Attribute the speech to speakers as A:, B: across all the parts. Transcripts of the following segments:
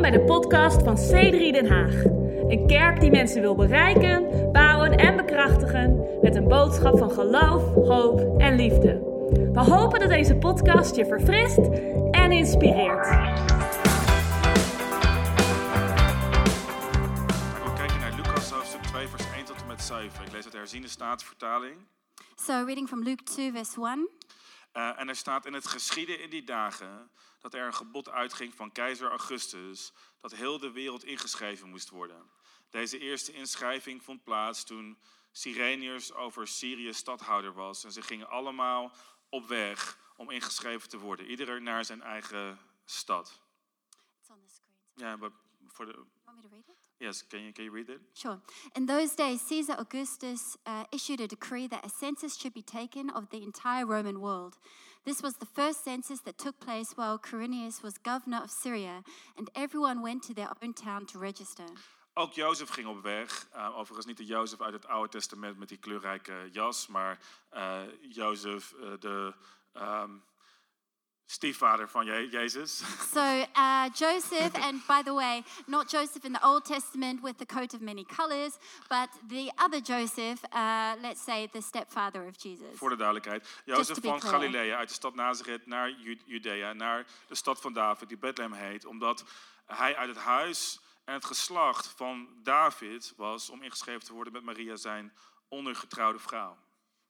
A: bij de podcast van C3 Den Haag. Een kerk die mensen wil bereiken, bouwen en bekrachtigen met een boodschap van geloof, hoop en liefde. We hopen dat deze podcast je verfrist en inspireert.
B: We kijken naar Lucas hoofdstuk 2, vers 1 tot en met 7. Ik lees uit de herziende staatsvertaling.
C: So, reading from Luke 2, verse 1
B: Eh, en er staat in het geschieden in die dagen dat er een gebod uitging van keizer Augustus dat heel de wereld ingeschreven moest worden. Deze eerste inschrijving vond plaats toen Cyrenius over Syrië stadhouder was en ze gingen allemaal op weg om ingeschreven te worden, ieder naar zijn eigen stad.
C: It's on the screen.
B: Ja, maar voor de
C: You want me to read it?
B: yes, can you can you read it?
C: Sure. In those days, Caesar Augustus uh, issued a decree that a census should be taken of the entire Roman world. This was the first census that took place while Quirinius was governor of Syria, and everyone went to their own town to register.
B: Ook Jozef ging op weg. Eh, overigens niet de Jozef uit het Oude Testament met die kleurrijke jas, maar eh, Jozef, eh, de ehm, stiefvader van Je- Jezus.
C: So, uh, Joseph, and by the way, not Joseph in the Old Testament with the coat of many colors, but the other Joseph, uh, let's say the stepfather of Jesus.
B: Voor de duidelijkheid.
C: Just
B: Jozef
C: to be
B: van
C: clear.
B: Galilea uit de stad Nazareth naar Ju- Judea, naar de stad van David, die Bethlehem heet, omdat hij uit het huis en het geslacht van David was om ingeschreven te worden met Maria, zijn ondergetrouwde vrouw.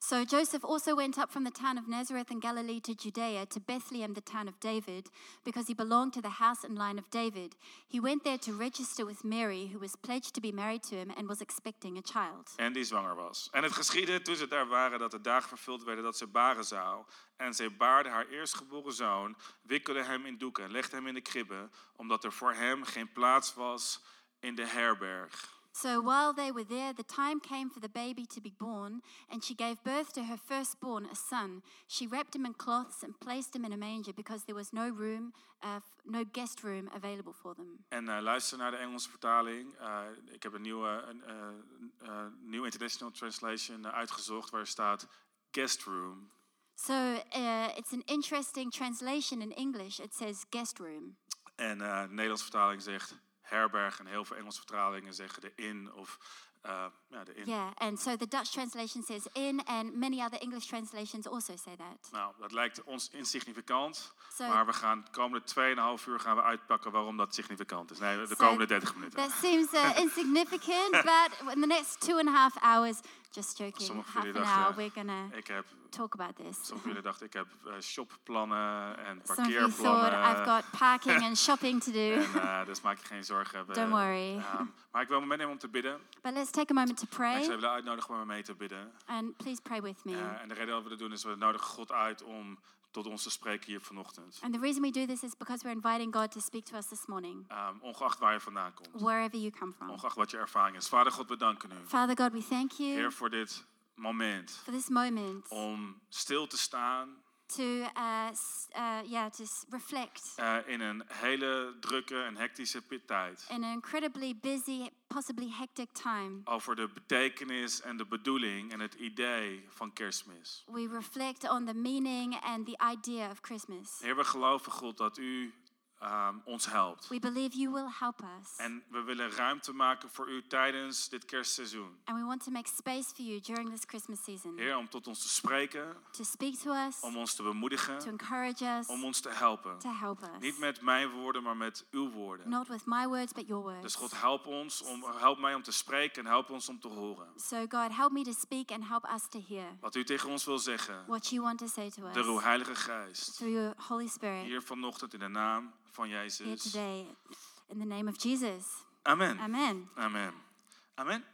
C: So Joseph also went up from the town of Nazareth in Galilee to Judea, to Bethlehem, the town of David, because he belonged to the house and line of David. He went there to register with Mary, who was pledged to be married to him and was expecting a child.
B: En die zwanger was. En het geschiedde toen ze daar waren dat de dagen vervuld werden dat ze baren zou. En zij baarde haar eerstgeboren zoon, wikkelde hem in doeken en legde hem in de kribbe, omdat er voor hem geen plaats was in de herberg.
C: So while they were there, the time came for the baby to be born, and she gave birth to her firstborn, a son. She wrapped him in cloths and placed him in a manger because there was no room, uh, f- no guest room available for them.
B: En eh, luister naar de Engelse vertaling. Eh, ik heb een nieuwe een, eh, eh, New International Translation eh, uitgezocht waar staat guest room.
C: So uh, it's an interesting translation in English. It says guest room.
B: En eh, de Nederlandse vertaling zegt herberg. En heel veel Engelse vertalingen zeggen de in of eh, ja, de in.
C: Yeah, and so the Dutch translation says in, and many other English translations also say that.
B: Nou, dat lijkt ons insignificant,
C: Zo-
B: maar we gaan de komende 2,5 uur gaan we uitpakken waarom dat significant is. Nee, de
C: Zo-
B: komende 30 minuten.
C: That seems uh, insignificant, but in the next two and a half hours, just joking,
B: Sommige van
C: half
B: jullie
C: an hour,
B: dachten,
C: we're gonna
B: ik heb,
C: talk about this.
B: sommige van jullie dachten, ik heb eh, shopplannen en
C: Some of you thought
B: parkeerplannen.
C: I've got parking uh, and shopping to
B: en,
C: do,
B: eh, dus maak je geen zorgen. We-
C: Don't worry.
B: ehm, maar ik wil een moment nemen om te bidden.
C: but let's take a moment to
B: En Ik
C: pray,
B: zou willen uitnodigen om mee te bidden.
C: and please pray with me.
B: Eh, en de reden dat we dat doen is, we nodigen God uit om tot ons te spreken hier vanochtend.
C: And the reason we do this is because we're inviting God to speak to us this morning,
B: Ehm, ongeacht waar je vandaan komt.
C: wherever you come from.
B: Ongeacht wat je ervaring is. Vader God, we danken u.
C: Father God, we thank you
B: Heer, voor dit moment.
C: for this moment
B: om stil te staan
C: to, uh, s- uh, yeah, to s- reflect
B: eh, in een hele drukke en hectische pi- tijd.
C: in an incredibly busy, possibly hectic time.
B: Over de betekenis en de bedoeling en het idee van kerstmis.
C: We reflect on the meaning and the idea of Christmas.
B: Heer, we geloven God dat u ehm, ons helpt.
C: We believe you will help us,
B: En we willen ruimte maken voor u tijdens dit kerstseizoen.
C: and we want to make space for you during this Christmas season
B: Heer, om tot ons te spreken,
C: to speak to us,
B: om ons te
C: to
B: bemoedigen,
C: encourage us,
B: om
C: to
B: ons te helpen.
C: help us.
B: Niet met mijn woorden, maar met uw woorden.
C: Not with my words, but your words.
B: Dus God, help ons, om, help mij om te spreken en help ons om te horen.
C: So, God, help me to speak and help us to hear
B: Wat u tegen ons wil zeggen,
C: what you want to say to
B: door uw
C: us
B: Heilige Geest.
C: through your Holy Spirit
B: Hier vanochtend in de naam van
C: here
B: Jezus.
C: today. In the name of Jesus.
B: Amen.
C: Amen.
B: Amen. Amen.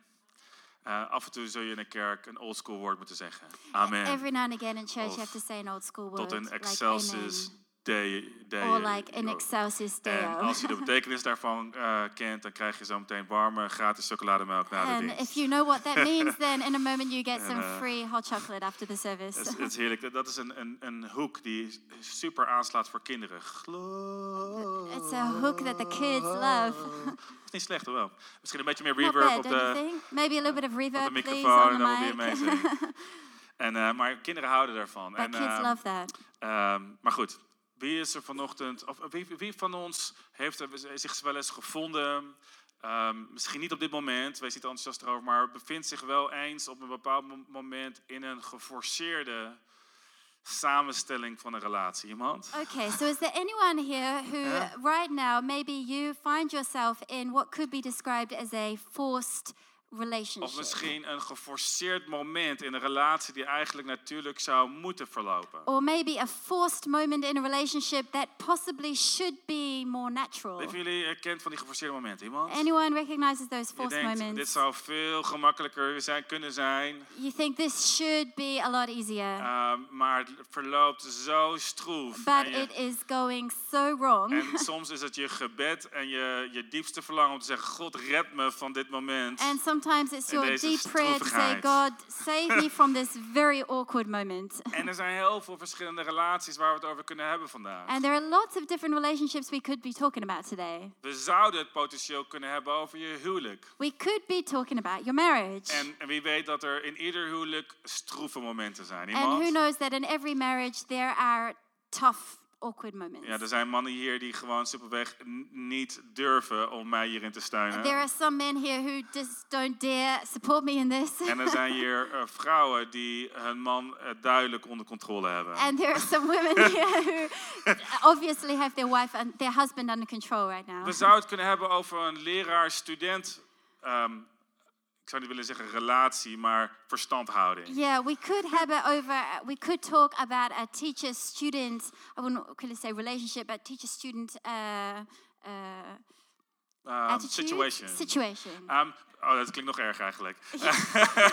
B: Eh, af en toe zul je in een kerk een oldschool woord moeten zeggen. Amen.
C: Every now and again in church, you have
B: Of
C: to say an old school word.
B: Tot een
C: like
B: excelsis Dei. Dei-
C: amen. Or like an
B: Deo.
C: excelsis
B: En
C: Deo.
B: als je de betekenis daarvan eh, kent, dan krijg je zo meteen warme, gratis chocolademelk na de
C: and
B: dienst.
C: if you know what that means, then in a moment you get some
B: uh,
C: free hot chocolate after the
B: Dat
C: service.
B: is, dat is heerlijk. Dat- Dat is een, een, een hoek die super aanslaat voor kinderen. Geloof.
C: It's a hook that the kids love.
B: Is niet slecht, hoor wel. Misschien een beetje meer
C: Not
B: reverb
C: bad,
B: op
C: don't you
B: de,
C: think? Maybe a little bit of
B: op de
C: reverb, please,
B: microfoon
C: on
B: en dan weer
C: the
B: mee
C: mic.
B: zingen. En, eh, maar kinderen houden daarvan.
C: But
B: en,
C: kids
B: ehm,
C: love that.
B: ehm, maar goed, Wie is er vanochtend, of wie, wie van ons heeft er zich wel eens gevonden, ehm, misschien niet op dit moment, wees niet enthousiast erover, maar bevindt zich wel eens op een bepaald mom- moment in een geforceerde samenstelling van een relatie. Iemand?
C: Okay, so is there anyone here who,
B: Yeah.
C: right now, maybe you find yourself in what could be described as a forced
B: Of
C: relationship?
B: misschien een geforceerd moment in een relatie die eigenlijk natuurlijk zou moeten verlopen.
C: Or maybe a forced moment in a relationship that possibly should be more natural?
B: Hebben jullie herkend van die geforceerde momenten? Iemand?
C: Anyone recognizes those
B: Je
C: forced
B: denkt, dit
C: moments?
B: zou veel gemakkelijker zijn, kunnen zijn,
C: You think this should be a lot easier,
B: ehm, maar het verloopt zo stroef.
C: but
B: en, je-
C: it is going so wrong.
B: en soms is het je gebed en je, je diepste verlangen om te zeggen, God red me van dit moment.
C: And sometimes it's
B: En
C: your
B: deze
C: deep prayer to say,
B: stroevigheid.
C: God, save me from this very awkward moment.
B: En er zijn heel veel verschillende relaties waar we het over kunnen hebben vandaag.
C: And there are lots of different relationships we could be talking about today.
B: We zouden het potentieel kunnen hebben over je huwelijk.
C: We could be talking about your marriage.
B: En, en wie weet dat er in ieder huwelijk stroeve momenten zijn.
C: And who
B: Iemand?
C: knows that in every marriage there are tough, awkward moments.
B: Ja, er zijn mannen hier die gewoon simpelweg n- niet durven om mij hierin te
C: There
B: steunen.
C: are some men here who just don't dare support me in this.
B: En er zijn hier eh, vrouwen die hun man eh, duidelijk onder controle hebben.
C: And there are some women here who obviously have their wife and their husband under control right now.
B: We zouden het kunnen hebben over een leraar-student. ehm, ik zou niet willen zeggen relatie, maar verstandhouding.
C: Yeah, we could have it over. We could talk about a teacher-student. I wouldn't really say relationship, but teacher-student uh, uh,
B: Ehm,
C: attitude
B: situation.
C: Situation.
B: Ehm, oh, dat klinkt nog erg eigenlijk.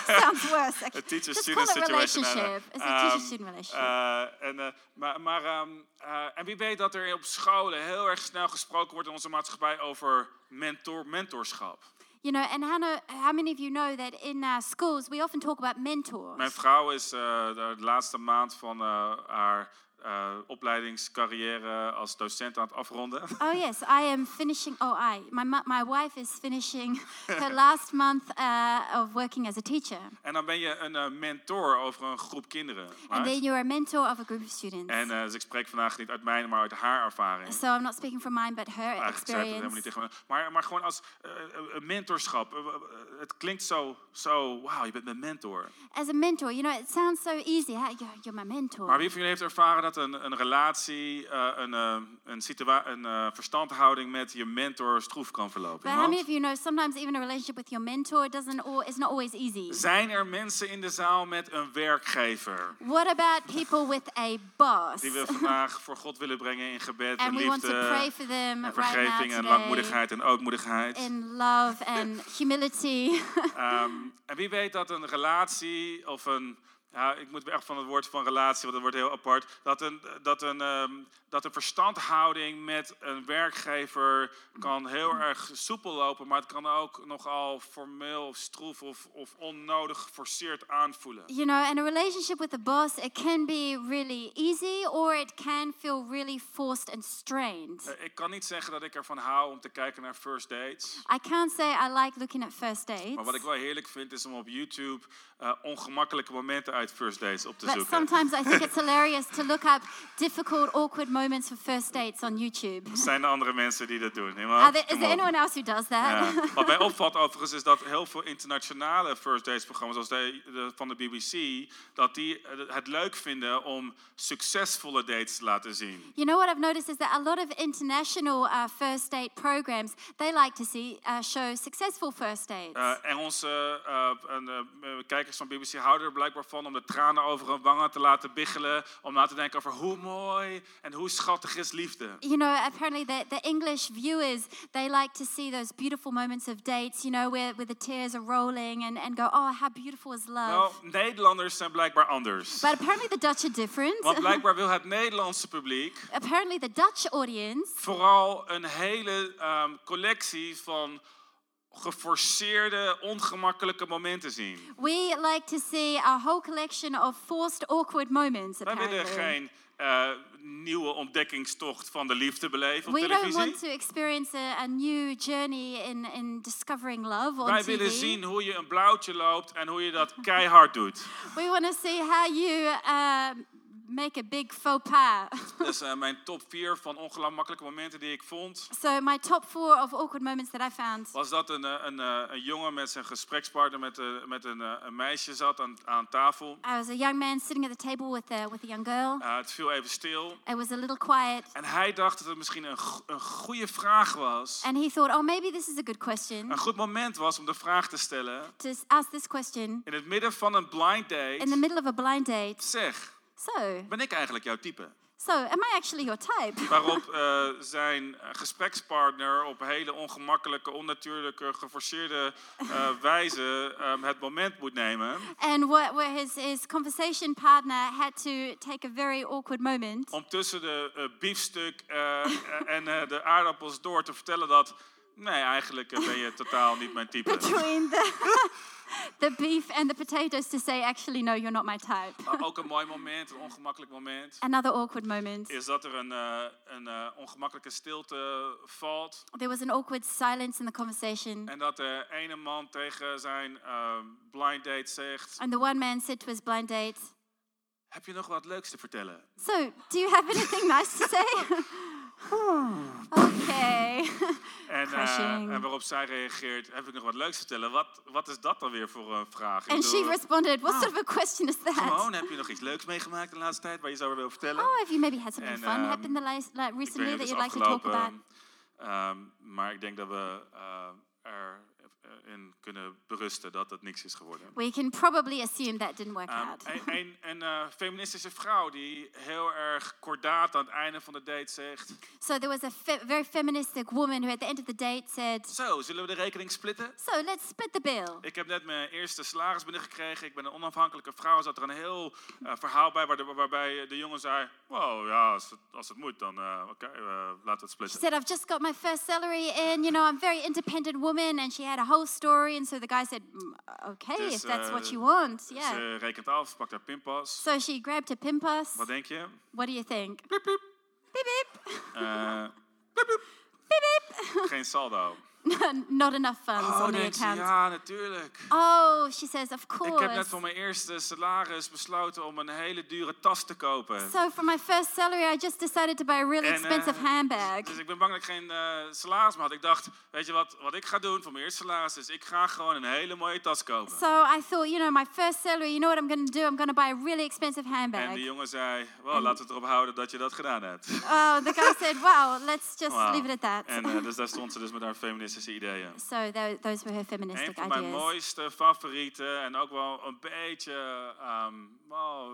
C: Sounds worse. Actually.
B: A teacher
C: Just call
B: student
C: it
B: situation. Um, uh,
C: relationship. It's a teacher-student relationship.
B: en, eh, maar maar ehm, eh, en wie weet dat er op scholen heel erg snel gesproken wordt in onze maatschappij over mentor, mentorschap.
C: you know, and how, know, how many of you know that in our schools we often talk about mentors?
B: Mijn vrouw is eh, de laatste maand van eh, haar eh, opleidingscarrière als docent aan het afronden.
C: Oh yes, I am finishing. Oh, I my mu- my wife is finishing her last month uh, of working as a teacher,
B: En dan ben je een eh, mentor over een groep kinderen.
C: and
B: right?
C: then you're a mentor of a group of students.
B: En eh, dus ik spreek vandaag niet uit mijn, maar uit haar ervaring.
C: so I'm not speaking from mine, Ah, but her
B: Eigenlijk zei ik dat helemaal
C: experience.
B: niet tegen me. Maar, maar gewoon als eh, eh, een mentorschap. Eh, eh, eh, het klinkt zo, zo wauw, je bent mijn mentor.
C: As a mentor, you know, it sounds so easy. Huh? You're, you're my mentor.
B: Maar wie van jullie heeft ervaren dat een, een relatie, eh, een, eh, een, situa- een eh, verstandhouding met je mentor stroef kan verlopen?
C: but how many
B: Iemand?
C: of you know sometimes even a relationship with your mentor doesn't all, it's not always easy.
B: Zijn er mensen in de zaal met een werkgever?
C: What about people with a boss?
B: Die we vandaag voor God willen brengen in gebed en
C: and we want to pray
B: liefde,
C: uh, for
B: en
C: them right now
B: vergeving en
C: today,
B: langmoedigheid en ootmoedigheid.
C: in love and humility.
B: Ehm, en wie weet dat een relatie of een. Ja, ik moet echt van het woord van relatie, want dat wordt heel apart. Dat een, dat een, ehm, dat een verstandhouding met een werkgever kan heel erg soepel lopen, maar het kan ook nogal formeel of stroef of, of onnodig geforceerd aanvoelen.
C: you know, and a relationship with a boss, it can be really easy or it can feel really forced and strained.
B: Eh, Ik kan niet zeggen dat ik ervan hou om te kijken naar first dates.
C: I can't say I like looking at first dates.
B: Maar wat ik wel heerlijk vind is om op YouTube eh, ongemakkelijke momenten uit first dates op te
C: But
B: zoeken.
C: sometimes I think it's hilarious to look up difficult, awkward moments for first dates on YouTube.
B: Zijn er andere mensen die dat doen? Helemaal?
C: Are there, is
B: Kom
C: there
B: op.
C: anyone else who does that?
B: Ja. Wat mij opvalt overigens is dat heel veel internationale first dates programma's, zoals de, de- van de BBC, dat die eh, het leuk vinden om succesvolle dates te laten zien.
C: You know what I've noticed is that a lot of international uh, first date programs they like to see uh, show successful first dates.
B: Eh, en onze eh, en, eh, eh, kijkers van BBC houden er blijkbaar van om de tranen over hun wangen te laten biggelen, om na te denken over hoe mooi en hoe schattig is liefde.
C: you know, apparently the, the English viewers they like to see those beautiful moments of dates. You know, where, where the tears are rolling and, and go, oh, how beautiful is
B: Nou,
C: love.
B: Nederlanders zijn blijkbaar anders.
C: But apparently the Dutch are different.
B: Want blijkbaar wil het Nederlandse publiek
C: apparently the Dutch audience
B: vooral een hele ehm, collectie van geforceerde, ongemakkelijke momenten zien.
C: we like to see a whole collection of forced awkward moments.
B: Wij willen
C: Apparently.
B: geen eh, nieuwe ontdekkingstocht van de liefde beleven op
C: We don't
B: televisie.
C: want to experience a, a new journey in, in discovering love on
B: Wij
C: TV.
B: willen zien hoe je een blauwtje loopt en hoe je dat keihard doet.
C: We want to see how you uh, make a big faux pas.
B: Dus eh, mijn top 4 van ongemakkelijke momenten die ik vond.
C: so, my top four of awkward moments that I found
B: Was dat een, eh, een, eh, een jongen met zijn gesprekspartner met, eh, met een, eh, een meisje zat aan, aan tafel.
C: I was a young man sitting at the table with a, with a young girl.
B: Eh, het viel even stil.
C: It was a little quiet.
B: En hij dacht dat het misschien een, go- een goede vraag was.
C: And he thought, oh, maybe this is a good question
B: Een goed moment was om de vraag te stellen.
C: to s- ask this question
B: In het midden van een blind
C: in the
B: date.
C: middle of a blind date.
B: Zeg,
C: So,
B: ben ik eigenlijk jouw type?
C: so am I actually your type?
B: Waarop eh, zijn eh, gesprekspartner op hele ongemakkelijke, onnatuurlijke, geforceerde eh, wijze ehm, het moment moet nemen.
C: and what, where his, his conversation partner had to take a very awkward moment
B: Om tussen de eh, biefstuk eh, eh, en eh, de aardappels door te vertellen dat. Nee, eigenlijk eh, ben je totaal niet mijn type.
C: between the, the beef and the potatoes to say, actually, no, you're not my type.
B: Maar ook een mooi moment, een ongemakkelijk moment.
C: Another awkward moment.
B: Is dat er een, eh, een eh, ongemakkelijke stilte valt.
C: There was an awkward silence in the conversation.
B: En dat de ene man tegen zijn eh, blind date zegt.
C: And the one man said to his blind date,
B: Heb je nog wat leuks te vertellen?
C: So, do you have anything nice to say? okay.
B: En, eh,
C: Crushing.
B: en waarop zij reageert, heb ik nog wat leuks te vertellen? Wat, wat is dat dan weer voor een vraag? Ik
C: and she
B: bedoel,
C: responded, What sort of a question is that?
B: gewoon, heb je nog iets leuks meegemaakt de laatste tijd waar je zou willen vertellen?
C: Oh, have you maybe had something
B: And,
C: fun
B: um,
C: happen the last, like
B: ik weet
C: recently
B: niet,
C: that
B: het
C: you'd
B: is
C: like to talk
B: afgelopen.
C: about?
B: ehm, maar ik denk dat we eh, erin kunnen berusten dat het niks is geworden.
C: We can probably assume that didn't work
B: Ehm,
C: out.
B: een een, een, eh, feministische vrouw die heel erg kordaat aan het einde van de date zegt...
C: So there was a fe- very feministic woman who, at the end of the date, said,
B: Zo, zullen we de rekening splitten?
C: "So let's split the bill."
B: Ik heb net mijn eerste salaris binnengekregen. Ik ben een onafhankelijke vrouw. Er zat er een heel eh, verhaal bij waar de- waarbij de jongen zei... Wow, ja, als het, als het moet, dan eh, oké, eh, laten we het
C: She
B: splitten.
C: said, "I've just got my first salary in. You know, I'm a very independent woman." And she had a whole story. And so the guy said, "Mm, "Okay,
B: Dus,
C: if that's
B: eh,
C: what you want, yeah."
B: Ze rekent af, pakt haar pinpas.
C: So she grabbed her pin pass.
B: Wat denk je?
C: What do you think?
B: Piep, piep.
C: Beep beep.
B: Eh, geen saldo.
C: Not enough funds
B: Oh,
C: on the
B: denkt ze,
C: account.
B: ja, natuurlijk.
C: Oh, she says, of
B: Ik heb net
C: course.
B: voor mijn eerste salaris besloten om een hele dure tas te kopen.
C: So for my first salary, I just decided to buy a really
B: En, eh,
C: expensive handbag.
B: Dus ik ben bang dat ik geen eh, salaris meer had. Ik dacht, weet je wat, wat ik ga doen voor mijn eerste salaris is, ik ga gewoon een hele mooie tas kopen.
C: So I thought, you know, my first salary, you know what I'm going to do? I'm going to buy a really expensive
B: En
C: handbag.
B: die jongen zei, wel, laten we het erop houden dat je dat gedaan hebt.
C: Oh, the guy said, wow, let's just
B: Wauw.
C: leave it at that.
B: En eh, dus daar stond ze dus met haar feministische ideeën.
C: so tho- those were her
B: Een
C: feministic
B: van mijn
C: ideas.
B: mooiste favorieten en ook wel een beetje ehm, oh,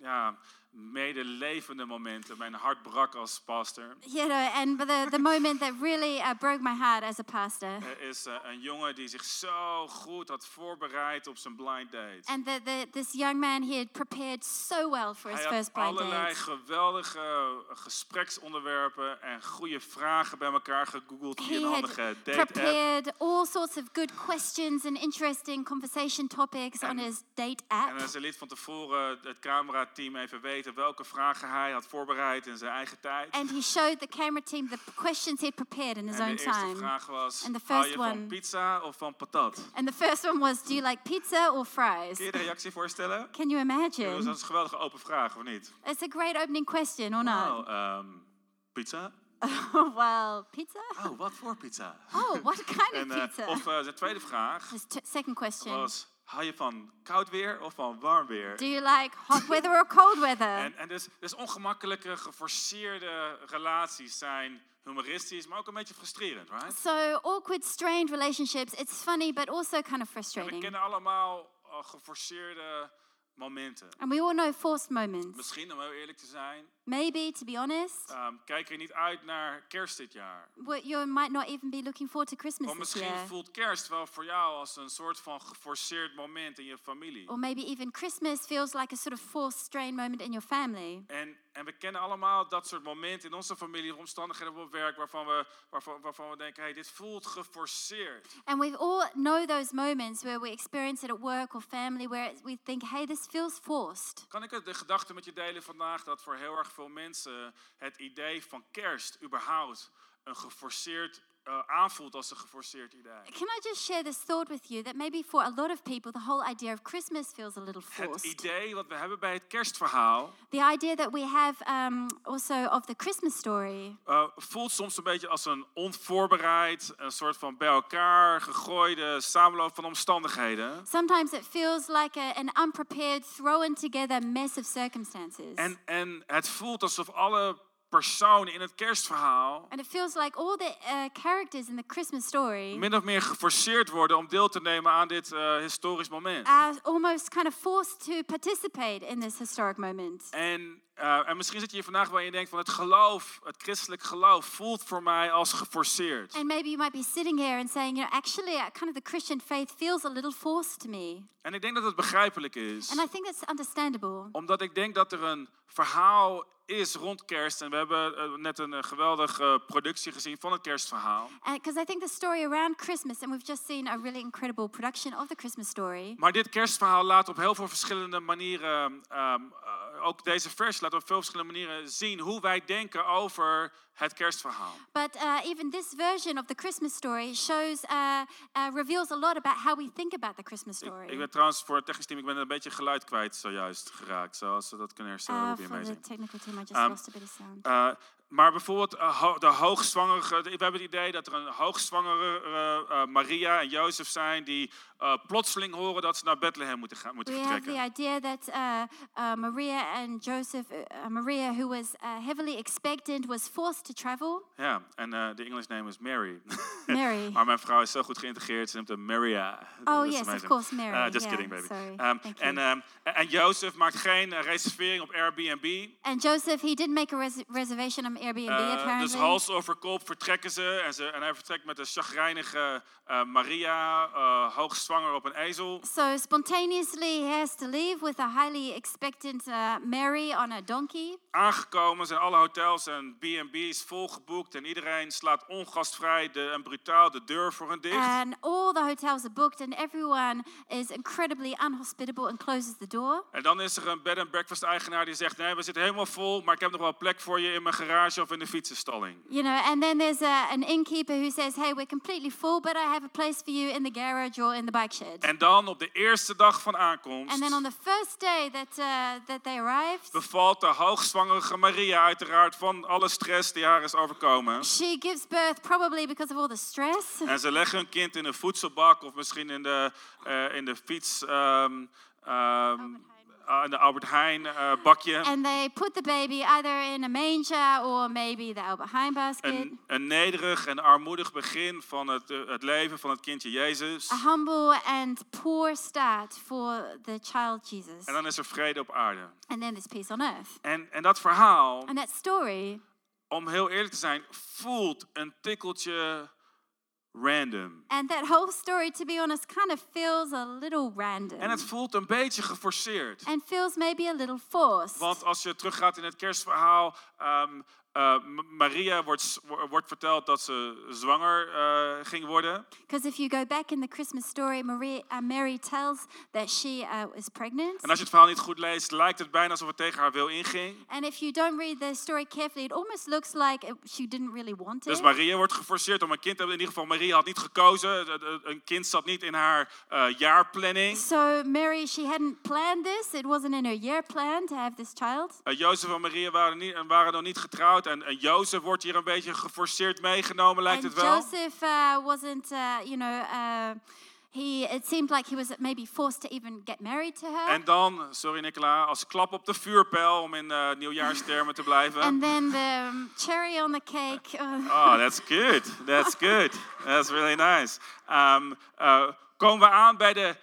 B: ja, medelevende momenten. Mijn hart brak als pastor.
C: You know, and the, the moment that really uh, broke my heart as a pastor.
B: Er is eh, een jongen die zich zo goed had voorbereid op zijn blind date.
C: And the, the, this young man, he had prepared so well for his
B: Hij
C: first
B: had
C: blind
B: allerlei
C: date.
B: geweldige eh, gespreksonderwerpen en goede vragen bij elkaar gegoogeld via
C: He
B: een
C: had
B: handige date-app.
C: prepared all sorts of good questions and interesting conversation topics on
B: En-
C: his date
B: En eh,
C: app.
B: ze liet van tevoren het camerateam even weten welke vragen hij had voorbereid in zijn eigen tijd.
C: And he showed the camera team the questions he'd prepared in his
B: En
C: own
B: de eerste
C: time.
B: vraag was,
C: And the
B: hou
C: first
B: je
C: one-
B: van pizza of van patat?
C: And the first one was, do you like pizza or fries?
B: Kun je de reactie voorstellen?
C: Can you
B: Dat is
C: imagine?
B: een geweldige open vraag, of niet?
C: It's a great opening question, or
B: Nou,
C: not?
B: ehm, pizza?
C: well, pizza?
B: Oh, wat voor pizza?
C: Oh, what kind
B: En,
C: of
B: eh,
C: pizza?
B: of eh, de tweede vraag
C: His t- second question.
B: was, hou je van koud weer of van warm weer?
C: Do you like hot weather or cold weather?
B: En, en dus, dus ongemakkelijke, geforceerde relaties zijn humoristisch, maar ook een beetje frustrerend, right?
C: So awkward, strained relationships. It's funny, but also kind of
B: En we
C: frustrating.
B: kennen allemaal eh, geforceerde momenten.
C: And we all know forced moments.
B: Misschien, om heel eerlijk te zijn,
C: Maybe, to be honest,
B: ehm, kijk er niet uit naar kerst dit jaar.
C: what you might not even be looking forward to Christmas
B: Want
C: this
B: misschien
C: year.
B: voelt kerst wel voor jou als een soort van geforceerd moment in je familie.
C: Or maybe even Christmas feels like a sort of forced strain moment in your family.
B: En, en we kennen allemaal dat soort momenten in onze familie, of omstandigheden op werk, waarvan we, waarvan, waarvan we denken, hey, dit voelt geforceerd.
C: And we all know those moments where we experience it at work or family where it- we think, hey, this feels forced.
B: Kan ik het- de gedachte met je delen vandaag dat voor heel erg veel mensen het idee van kerst überhaupt een geforceerd eh, aanvoelt als een geforceerd idee.
C: Can I just share this thought with you that maybe for a lot of people, the whole idea of Christmas feels a little
B: Het
C: forced?
B: idee wat we hebben bij het kerstverhaal
C: The idea that we have um, also of the Christmas story.
B: eh, voelt soms een beetje als een onvoorbereid, een soort van bij elkaar gegooide samenloop van omstandigheden.
C: Sometimes it feels like a, an unprepared, thrown together mess of circumstances.
B: En, en het voelt alsof alle personen in het kerstverhaal
C: And it feels like all the uh, characters in the Christmas story
B: min of meer geforceerd worden om deel te nemen aan dit eh, historisch moment.
C: are almost kind of forced to participate in this historic moment.
B: En, eh, en misschien zit je hier vandaag waar je denkt van het geloof, het christelijk geloof voelt voor mij als geforceerd.
C: And maybe you might be sitting here and saying, you know, actually, uh, kind of the Christian faith feels a little forced to me.
B: En ik denk dat het begrijpelijk is.
C: And I think that's understandable.
B: Omdat ik denk dat er een verhaal is rond kerst. En we hebben eh, net een eh, geweldige productie gezien van het kerstverhaal.
C: Because Uh, I think the story around Christmas, and we've just seen a really incredible production of the Christmas story.
B: Maar dit kerstverhaal laat op heel veel verschillende manieren, ehm, eh, ook deze vers laat op veel verschillende manieren zien hoe wij denken over het kerstverhaal.
C: But uh, even this version of the Christmas story shows, uh, uh, reveals a lot about how we think about the Christmas story.
B: Ik ben trouwens voor het technisch team, ik ben een beetje geluid kwijt zojuist geraakt. Zoals ze dat kunnen herstellen,
C: uh,
B: dat would be
C: for the
B: amazing.
C: technical team, I just
B: Um,
C: lost a bit of sound.
B: Eh, maar bijvoorbeeld eh, ho- de hoogzwangere, we hebben het idee dat er een hoogzwangere eh, eh, Maria en Jozef zijn die eh, plotseling horen dat ze naar Bethlehem moeten, gaan, moeten
C: we have the
B: vertrekken.
C: idea that uh, uh, Maria and Joseph, uh, uh, Maria, who was uh, heavily expectant, was forced to travel.
B: Ja, en eh, de English name is Mary.
C: Mary.
B: maar mijn vrouw is zo goed geïntegreerd, ze noemt hem Maria.
C: Oh,
B: Dat is
C: yes, of
B: amazing.
C: course, Mary.
B: Eh, just
C: Ja,
B: kidding, baby.
C: sorry.
B: Ehm,
C: Thank
B: en,
C: you.
B: ehm, en- en Jozef maakt geen eh, reservering op Airbnb.
C: And Joseph, he did make a res- reservation on Airbnb,
B: Eh, dus
C: apparently.
B: hals over kop vertrekken ze en, ze, en hij vertrekt met een chagrijnige eh, Maria, eh, hoogzwanger op een ezel.
C: So spontaneously, he has to leave with a highly expectant uh, Mary on a donkey.
B: Aangekomen zijn alle hotels en B&B's volgeboekt en iedereen slaat ongastvrij de, en brutaal de deur voor hen dicht.
C: And all the hotels are booked, and everyone is incredibly unhospitable and closes the door.
B: en dan is er een bed and breakfast eigenaar die zegt: nee, we zitten helemaal vol, maar ik heb nog wel plek voor je in mijn garage of in de fietsenstalling.
C: You know, and then there's a, an innkeeper who says, Hey, we're completely full, but I have a place for you in the garage or in the bike shed.
B: En dan op de eerste dag van aankomst
C: And then on the first day that, uh, that they arrived,
B: bevalt de hoogzwangere Maria uiteraard van alle stress die haar is overkomen.
C: she gives birth probably because of all the stress.
B: En ze leggen hun kind in een voedselbak of misschien in de, eh, in de fiets. ehm, ehm, ah, in de Albert Heijn eh, bakje.
C: And they put the baby either in a manger or maybe the Albert Heijn basket.
B: Een, een nederig en armoedig begin van het, eh, het leven van het kindje Jezus.
C: A humble and poor start for the child Jesus.
B: En dan is er vrede op aarde.
C: And then there's peace on earth.
B: En, en dat verhaal,
C: And that story,
B: om heel eerlijk te zijn, voelt een tikkeltje random.
C: and that whole story, to be honest, kind of feels a little random.
B: En het voelt een beetje geforceerd.
C: and feels maybe a little forced.
B: Want als je teruggaat in het kerstverhaal, ehm, eh, M- Maria wordt, s- wo- wordt verteld dat ze zwanger eh, ging worden.
C: Because if you go back in the Christmas story, Maria, uh, Mary tells that she uh, is pregnant.
B: En als je het verhaal niet goed leest, lijkt het bijna alsof het tegen haar wil inging.
C: And if you don't read the story carefully, it almost looks like it, she didn't really want
B: Dus
C: it.
B: Maria wordt geforceerd om een kind te hebben. In ieder geval, Maria had niet gekozen. De- de- Een kind zat niet in haar eh, jaarplanning.
C: So Mary, she hadn't planned this. It wasn't in her year plan to have this child.
B: Eh, Jozef en Maria waren, niet, en waren nog niet getrouwd. En, en Jozef wordt hier een beetje geforceerd meegenomen, lijkt
C: and
B: het wel.
C: Joseph uh, wasn't, uh, you know, uh, he. It seemed like he was maybe forced to even get married to her.
B: En dan, sorry Nicola, als klap op de vuurpijl om in eh, nieuwjaarstermen te blijven.
C: And then the um, cherry on the cake. uh,
B: Oh, that's good. That's good. That's really nice. Ehm, eh, komen we aan bij de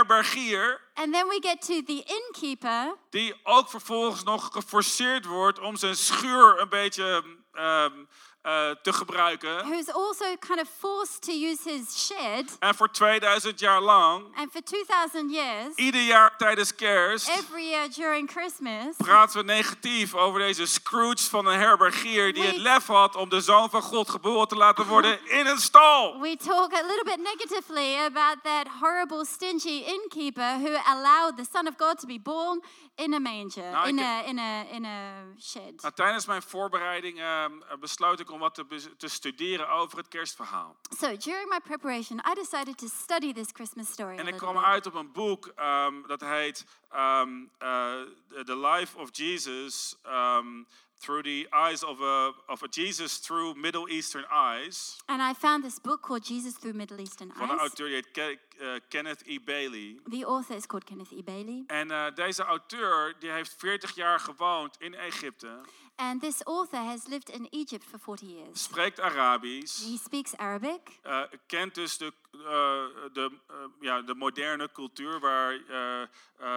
B: herbergier,
C: and then we get to the innkeeper.
B: die ook vervolgens nog geforceerd wordt om zijn schuur een beetje ehm, eh, te gebruiken.
C: who's also kind of forced to use his shed.
B: En voor 2000 jaar lang,
C: And for 2,000 years,
B: ieder jaar tijdens kerst,
C: every year during Christmas,
B: praten we negatief over deze Scrooge van een herbergier die het
C: We-
B: lef had om de zoon van God geboren te laten worden in een stal.
C: we talk a little bit negatively about that horrible, stingy innkeeper who allow the Son of God to be born in a manger,
B: Nou,
C: in,
B: ik
C: a, in, a, in a shed.
B: Nou, tijdens mijn voorbereiding ehm, besloot ik om wat te, bez- te studeren over het kerstverhaal.
C: So during my preparation, I decided to study this Christmas story.
B: En
C: a
B: ik
C: little
B: kwam
C: bit.
B: uit op een boek ehm, dat heet ehm, eh, The Life of Jesus ehm, Through the Eyes of a, of a Jesus Through Middle Eastern Eyes.
C: And I found this book called Jesus Through Middle Eastern
B: Van de
C: Eyes.
B: auteur die heet Ke- eh, Kenneth E. Bailey.
C: The author is called Kenneth E. Bailey.
B: En eh, deze auteur die heeft 40 jaar gewoond in Egypte,
C: And this author has lived in Egypt for 40 years.
B: spreekt Arabisch,
C: He speaks Arabic.
B: eh, kent dus de, eh, de, eh, ja, de moderne cultuur, waar, eh, eh,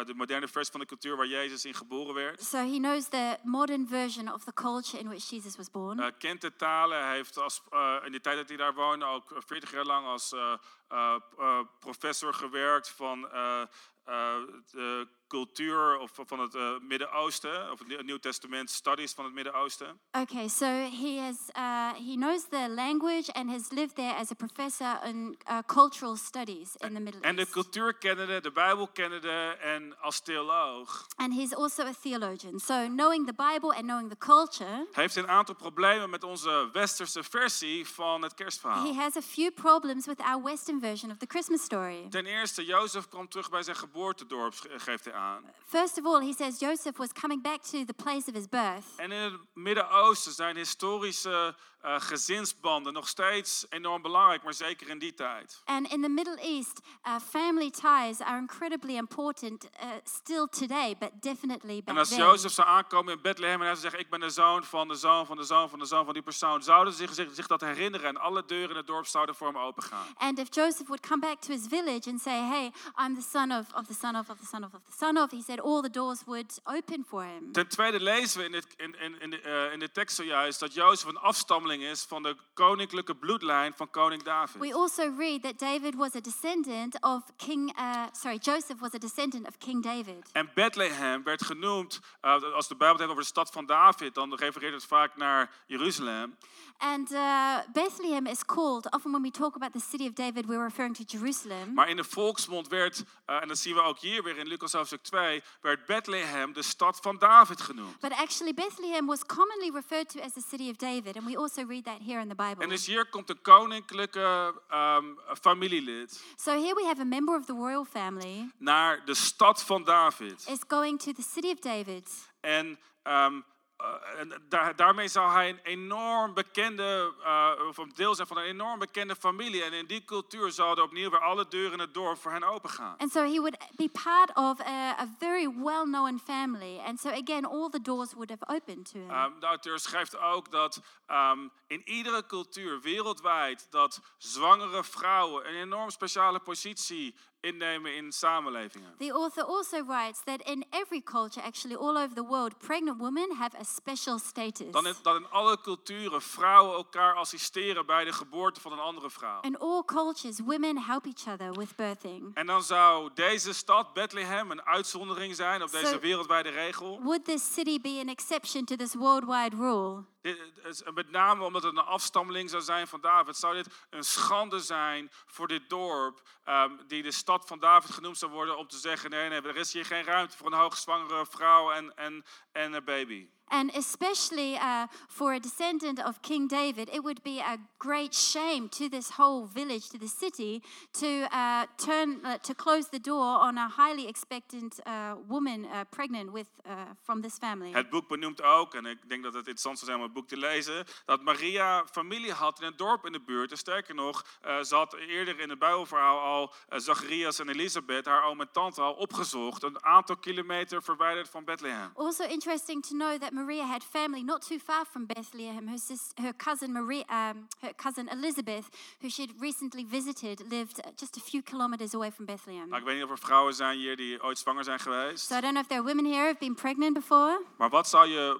B: de moderne versie van de cultuur waar Jezus in geboren werd.
C: So he knows the modern version of the culture in which Jesus was born.
B: Eh, kent de talen, hij heeft als, eh, in de tijd dat hij daar woonde ook 40 jaar lang als eh, eh, eh, professor gewerkt van eh, eh, de cultuur of van het eh, Midden-Oosten, of het Nieuw- Nieuw Testament Studies van het Midden-Oosten.
C: Okay, so he has uh, he knows the language and has lived there as a professor in uh, cultural studies in the Middle
B: En de
C: East.
B: cultuur kennende, de Bijbel kennende en als theoloog
C: and he's also a theologian. So knowing the Bible and knowing the culture,
B: heeft een aantal problemen met onze westerse versie van het
C: he
B: kerstverhaal.
C: has a few problems with our Western version of the Christmas story.
B: Ten eerste, Jozef kwam terug bij zijn geboortedorp, ge- geeft hij aan.
C: First of all, he says Joseph was coming back to the place of his birth.
B: En in het Midden-Oosten zijn historische eh, gezinsbanden nog steeds enorm belangrijk, maar zeker in die tijd.
C: And in the Middle East, uh, family ties are incredibly important uh, still today, but definitely back
B: En als
C: then.
B: Jozef zou aankomen in Bethlehem en hij zou zeggen: Ik ben de zoon van de zoon van de zoon van de zoon van die persoon, zouden ze zich, zich, zich dat herinneren en alle deuren in het dorp zouden voor hem opengaan.
C: And if Joseph would come back to his village and say, Hey, I'm the son of, of the son of, of the son of, of the son of, he said all the doors would open for him.
B: Ten tweede lezen we in, dit, in, in, in, de, eh, in de tekst zojuist dat Jozef een afstammeling is van de koninklijke bloedlijn van koning David.
C: We also read that David was a descendant of King, uh, sorry, Joseph was a descendant of King David.
B: En Bethlehem werd genoemd, eh, als de Bijbel het heeft over de stad van David, dan refereert het vaak naar Jeruzalem.
C: And uh, Bethlehem is called, often when we talk about the city of David, we're referring to Jerusalem.
B: Maar in de volksmond werd, eh, en dat zien we ook hier weer in Lucas hoofdstuk 2, werd Bethlehem de stad van David genoemd.
C: But actually, Bethlehem was commonly referred to as the city of David, and we also read that here in the Bible.
B: En dus hier komt een koninklijke ehm, familielid
C: So here we have a member of the royal family
B: naar de stad van David.
C: is going to the city of David.
B: En, ehm, eh, en daar- daarmee zou hij een enorm bekende, eh, of een deel zijn van een enorm bekende familie. En in die cultuur zouden opnieuw weer alle deuren in het dorp voor hen opengaan.
C: And so he would be part of a, a very well known family. And so again, all the doors would have opened to him.
B: Ehm, de auteur schrijft ook dat ehm, in iedere cultuur wereldwijd dat zwangere vrouwen een enorm speciale positie innemen in samenlevingen.
C: the author also writes that in every culture, actually all over the world, pregnant women have a special status.
B: Dan in, dat in alle culturen vrouwen elkaar assisteren bij de geboorte van een andere vrouw.
C: In all cultures, women help each other with birthing.
B: En dan zou deze stad, Bethlehem, een uitzondering zijn op deze
C: Zo-
B: wereldwijde regel.
C: Would this city be an exception to this worldwide rule?
B: Dit is- Met name omdat het een afstammeling zou zijn van David, zou dit een schande zijn voor dit dorp, ehm, die de stad van David genoemd zou worden, om te zeggen: nee, nee, er is hier geen ruimte voor een hoogzwangere vrouw en, en, en een baby.
C: And especially uh, for a descendant of King David, it would be a great shame to this whole village, to the city, to uh, turn uh, to close the door on a highly expectant uh, woman uh, pregnant with uh, from this family.
B: Het boek benoemt ook, en ik denk dat het interessant zou zijn om het boek te lezen, dat Maria familie had in een dorp in de buurt. En sterker nog, eh, ze had eerder in het Bijbelverhaal al eh, Zacharias en Elisabeth, haar oom en tante, al opgezocht, een aantal kilometer verwijderd van Bethlehem.
C: Also interesting to know that Maria had family not too far from Bethlehem. Her, sis- her cousin Maria, um, her cousin Elizabeth, who she'd recently visited, lived just a few kilometers away from Bethlehem.
B: Nou, ik weet niet of er vrouwen zijn hier die ooit zwanger zijn geweest.
C: So I don't know if there are women here who've been pregnant before.
B: Maar wat zou je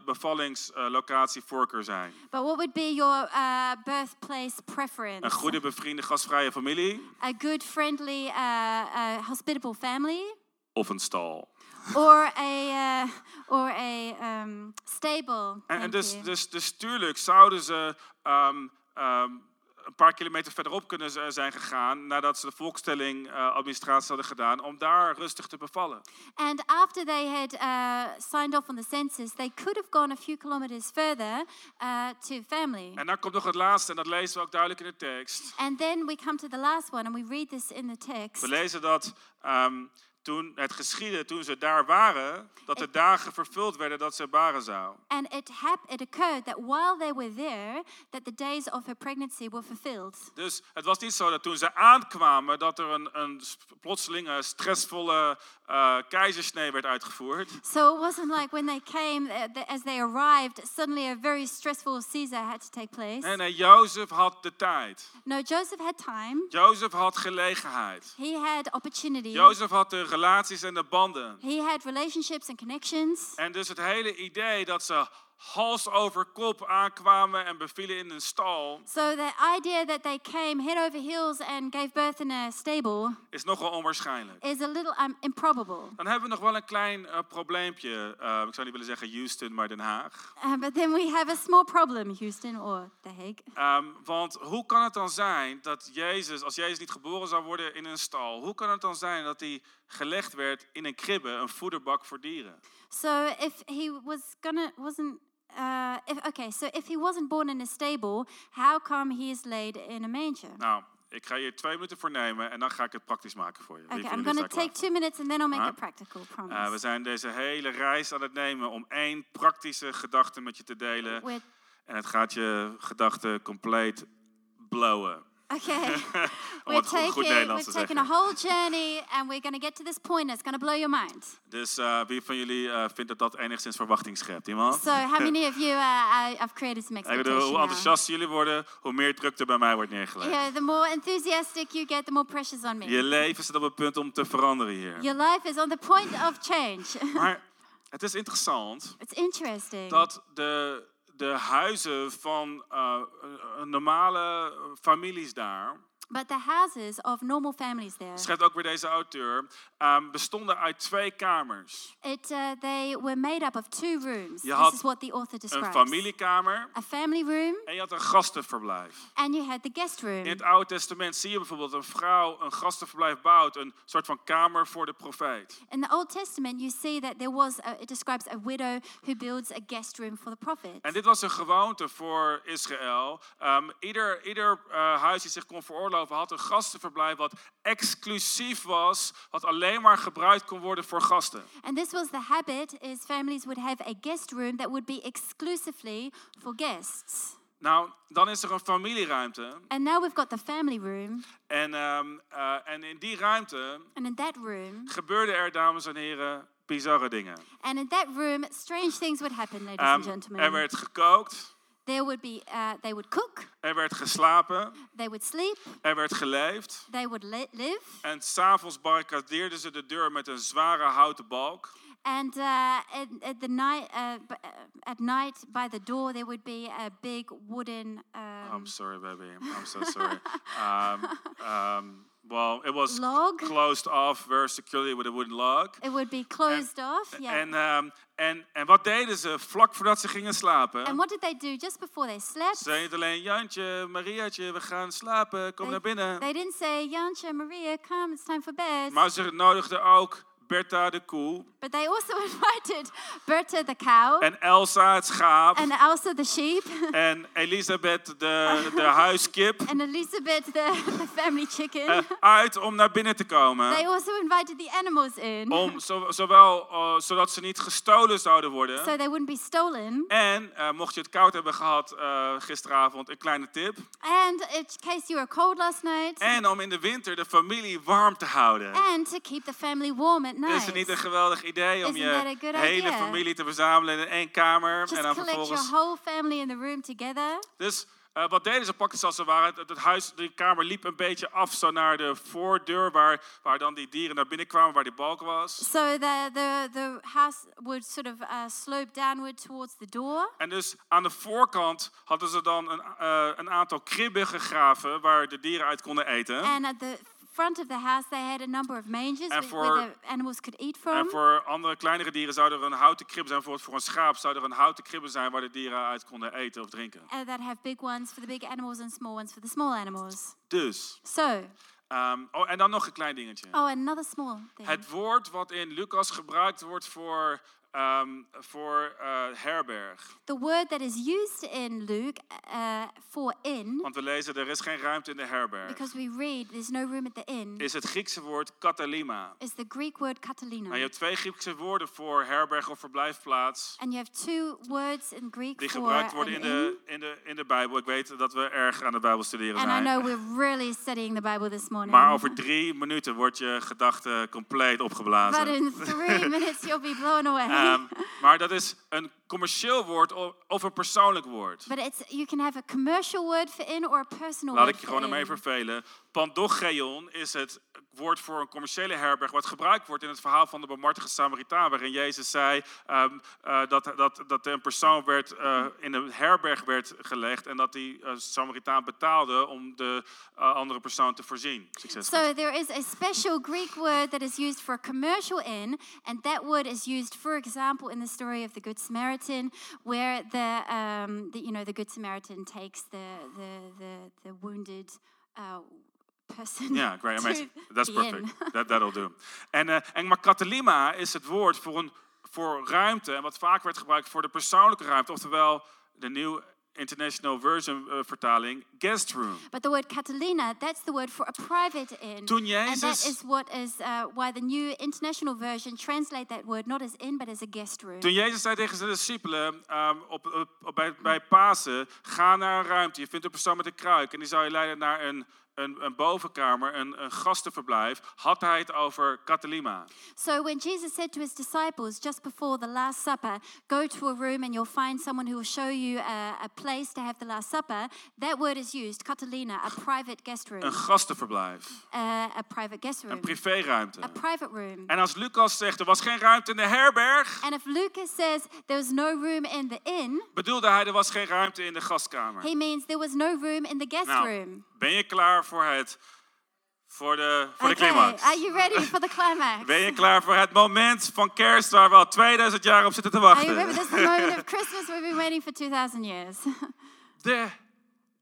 B: bevallingslocatie voorkeur zijn?
C: But what would be your uh, birthplace preference?
B: Een goede, bevriende, gastvrije familie
C: A good, friendly, uh, uh, hospitable family,
B: of een stal?
C: or a uh, or a um, stable.
B: En, en
C: thank
B: dus,
C: you.
B: dus, dus tuurlijk zouden ze ehm, ehm, een paar kilometer verderop kunnen ze- zijn gegaan nadat ze de volkstelling eh, administratie hadden gedaan om daar rustig te bevallen.
C: And after they had uh, signed off on the census, they could have gone a few kilometers further uh, to family.
B: En dan komt nog het laatste en dat lezen we ook duidelijk in de tekst.
C: And then we come to the last one, and we read this in the text.
B: We lezen dat ehm, toen het geschiedde, toen ze daar waren, dat de dagen vervuld werden dat ze baren zou.
C: And it, hap- it occurred that while they were there, that the days of her pregnancy were fulfilled.
B: Dus het was niet zo dat toen ze aankwamen dat er een, een sp- plotselinge stressvolle eh, keizersnee werd uitgevoerd.
C: So it wasn't like when they came, uh, th- as they arrived, suddenly a very stressful Caesar had to take place.
B: Nee, nee, Jozef had de tijd.
C: No, Joseph had time.
B: Jozef had gelegenheid.
C: He had opportunity.
B: Jozef had de relaties en de banden.
C: He had relationships and connections.
B: En dus het hele idee dat ze hals over kop aankwamen en bevielen in een stal,
C: So the idea that they came head over heels and gave birth in a stable
B: is nogal onwaarschijnlijk.
C: is a little um, improbable.
B: Dan hebben we nog wel een klein eh, probleempje. Eh, ik zou niet willen zeggen Houston, maar Den Haag.
C: Uh, but then we have a small problem, Houston or The Hague.
B: Ehm, want hoe kan het dan zijn dat Jezus, als Jezus niet geboren zou worden in een stal, hoe kan het dan zijn dat hij gelegd werd in een kribbe, een voederbak voor dieren?
C: So if he was gonna wasn't uh, if, okay, so if he wasn't born in a stable, how come he is laid in a manger?
B: Nou, ik ga hier twee minuten voor nemen en dan ga ik het praktisch maken voor je. Die
C: Okay,
B: voor jullie
C: I'm gonna
B: zijn klaar.
C: take two minutes and then I'll make
B: Huh?
C: it practical. Promise.
B: Eh, we zijn deze hele reis aan het nemen om één praktische gedachte met je te delen.
C: We're
B: En het gaat je gedachten compleet blowen.
C: okay.
B: Om
C: we're
B: het goed,
C: taking
B: goed
C: we're
B: Nederlands te
C: taking a
B: zeggen.
C: whole journey and we're gonna get to this point. and It's gonna blow your mind.
B: Dus eh, wie van jullie eh, vindt dat dat enigszins verwachting schept? Iemand?
C: So how many of you uh, I, I've created some
B: Ik
C: expectation?
B: bedoel, hoe
C: now.
B: enthousiaster jullie worden, hoe meer druk er bij mij wordt neergelegd.
C: Yeah, the more enthusiastic you get, the more pressure's on me.
B: Je leven zit op het punt om te veranderen hier.
C: Your life is on the point of change.
B: Maar het is interessant
C: it's interesting.
B: dat de, de huizen van eh, eh, normale families daar,
C: But the houses of normal families there,
B: schrijft ook weer deze auteur, ehm, bestonden uit twee kamers.
C: it, uh, they were made up of two rooms.
B: Je had
C: this is what the author
B: Een
C: describes.
B: familiekamer
C: A family room,
B: en je had een gastenverblijf.
C: and you had the guest room.
B: In het Oude Testament zie je bijvoorbeeld een vrouw een gastenverblijf bouwt, een soort van kamer voor de profeet.
C: In the Old Testament, you see that there was, a, it describes a widow who builds a guest room for the prophet.
B: En dit was een gewoonte voor Israël. Ehm, ieder ieder eh, huis die zich kon veroorloven had een gastenverblijf wat exclusief was, wat alleen maar gebruikt kon worden voor gasten.
C: And this was the habit, is families would have a guest room that would be exclusively for guests.
B: Nou, dan is er een familieruimte.
C: And now we've got the family room,
B: En, ehm, eh, en in die ruimte
C: and in that room,
B: gebeurden er, dames en heren, bizarre dingen.
C: and in that room, strange things would happen, ladies and
B: Ehm, er
C: gentlemen.
B: werd gekookt,
C: There would be, uh, they would cook,
B: er werd geslapen,
C: they would sleep,
B: er werd geleefd.
C: they would li- live,
B: En s'avonds barricadeerden ze de deur met een zware houten balk.
C: and uh, at, at the night, uh, b- uh, at night by the door there would be a big wooden. Um,
B: I'm sorry, baby. I'm so sorry. um, um, well, it was
C: Log?
B: closed off very securely with a wooden log.
C: it would be closed off. Yeah.
B: En, ehm, en, en wat deden ze vlak voordat ze gingen slapen?
C: and what did they do just before they slept?
B: ze zeiden alleen, Jantje, Mariaatje, we gaan slapen, kom
C: They-
B: naar binnen.
C: They didn't say, Yancha, Maria, come, it's time for bed.
B: maar ze nodigden ook Bertha de koe
C: But they also invited Bertha the cow
B: en Elsa het schaap
C: and Elsa the sheep
B: en Elisabeth de, de huiskip
C: and Elizabeth the, the family chicken.
B: eh, uit om naar binnen te komen.
C: they also invited the animals in
B: Om zo- zowel eh, zodat ze niet gestolen zouden worden.
C: so they wouldn't be stolen.
B: en eh, mocht je het koud hebben gehad eh, gisteravond, een kleine tip.
C: And in case you were cold last night,
B: En om in de winter de familie warm te houden.
C: and to keep the family warm at
B: Is
C: night.
B: het niet een geweldig idee om
C: Isn't that a
B: je
C: good
B: hele
C: idea?
B: familie te verzamelen in één kamer?
C: Just
B: en dan
C: collect your
B: vervolgens.
C: whole family in the room together.
B: Dus eh, wat deden ze? Pakten ze als ze waren. Het, het huis, de kamer liep een beetje af zo naar de voordeur waar, waar dan die dieren naar binnen kwamen, waar die balk was.
C: So the, the, the house would sort of uh, slope downward towards the door.
B: En dus aan de voorkant hadden ze dan een, eh, een aantal kribben gegraven waar de dieren uit konden eten.
C: And at the front of the house, they had a number of mangers
B: And
C: where-
B: voor-
C: where the uh, animals could eat
B: En
C: from.
B: voor andere kleinere dieren zou er een houten kribbe zijn. Bijvoorbeeld voor een schaap zou er een houten kribbe zijn waar de dieren uit konden eten of drinken.
C: Uh, that have big ones for the big animals and small ones for the small animals.
B: Dus,
C: So,
B: ehm, oh, en dan nog een klein dingetje.
C: oh, another small thing.
B: Het woord wat in Lucas gebruikt wordt voor, ehm, voor eh, herberg.
C: The word that is used in Luke uh, for inn,
B: Want we lezen, er is geen ruimte in de herberg.
C: because we read there's no room at the inn,
B: Is het Griekse woord katalima.
C: is the Greek word katalina.
B: Nou, je hebt twee Griekse woorden voor herberg of verblijfplaats.
C: And you have two words in Greek
B: Die
C: for
B: gebruikt worden
C: an
B: in
C: inn.
B: de, in, de, in de Bijbel. Ik weet dat we erg aan de Bijbel studeren
C: And I know
B: zijn.
C: we're really studying the Bible this morning.
B: Maar over drie minuten wordt je gedachte compleet
C: but
B: opgeblazen.
C: in three minutes you'll be blown away.
B: Ehm, maar dat is een commercieel woord o- of een persoonlijk woord.
C: but it's you can have a commercial word for in or a personal
B: Laat
C: word
B: ik je
C: for
B: gewoon ermee
C: in.
B: vervelen. Pandocheon is het woord voor een commerciële herberg... wat gebruikt wordt in het verhaal van de barmhartige Samaritaan... waarin Jezus zei ehm, eh, dat, dat, dat er een persoon werd, eh, in een herberg werd gelegd... en dat die eh, Samaritaan betaalde om de eh, andere persoon te voorzien. Succes.
C: So there is a special Greek word that is used for a commercial inn, and that word is used, for example, in the story of the Good Samaritan, where the, um, the you know the Good Samaritan takes the the the, the wounded. Uh, Person
B: Ja, great,
C: to
B: amazing. That's
C: the inn.
B: perfect. That, that'll do. En, eh, en, maar katalima is het woord voor, een, voor ruimte, en wat vaak werd gebruikt voor de persoonlijke ruimte, oftewel de New International Version eh, vertaling, guest room.
C: But the word Catalina, that's the word for a private inn.
B: Toen
C: and that
B: Jezus-
C: is what is uh, why the New International Version translate that word not as inn but as a guest room.
B: Toen Jezus zei tegen zijn discipelen ehm, op, op, op- bij, bij Pasen, ga naar een ruimte, je vindt een persoon met een kruik en die zou je leiden naar een, een, een bovenkamer, een, een gastenverblijf, had hij het over katalima.
C: So when Jesus said to his disciples just before the Last Supper, go to a room and you'll find someone who will show you a, a place to have the Last Supper, that word is used, Catalina, a private guest room,
B: Een gastenverblijf,
C: uh, a private Uh. guest room,
B: een privéruimte.
C: a private room.
B: En als Lucas zegt, er was geen ruimte in de herberg,
C: And if Lucas says there was no room in the inn,
B: bedoelde hij, er was geen ruimte in de gastkamer.
C: he means there was no room in the guest
B: Nou,
C: room.
B: ben je klaar voor het, voor de, voor de
C: okay,
B: climax?
C: are you ready for the climax?
B: Ben je klaar voor het moment van kerst waar we al 2000 jaar op zitten te
C: I remember
B: wachten?
C: this is the moment of Christmas we've been waiting for 2,000 years.
B: De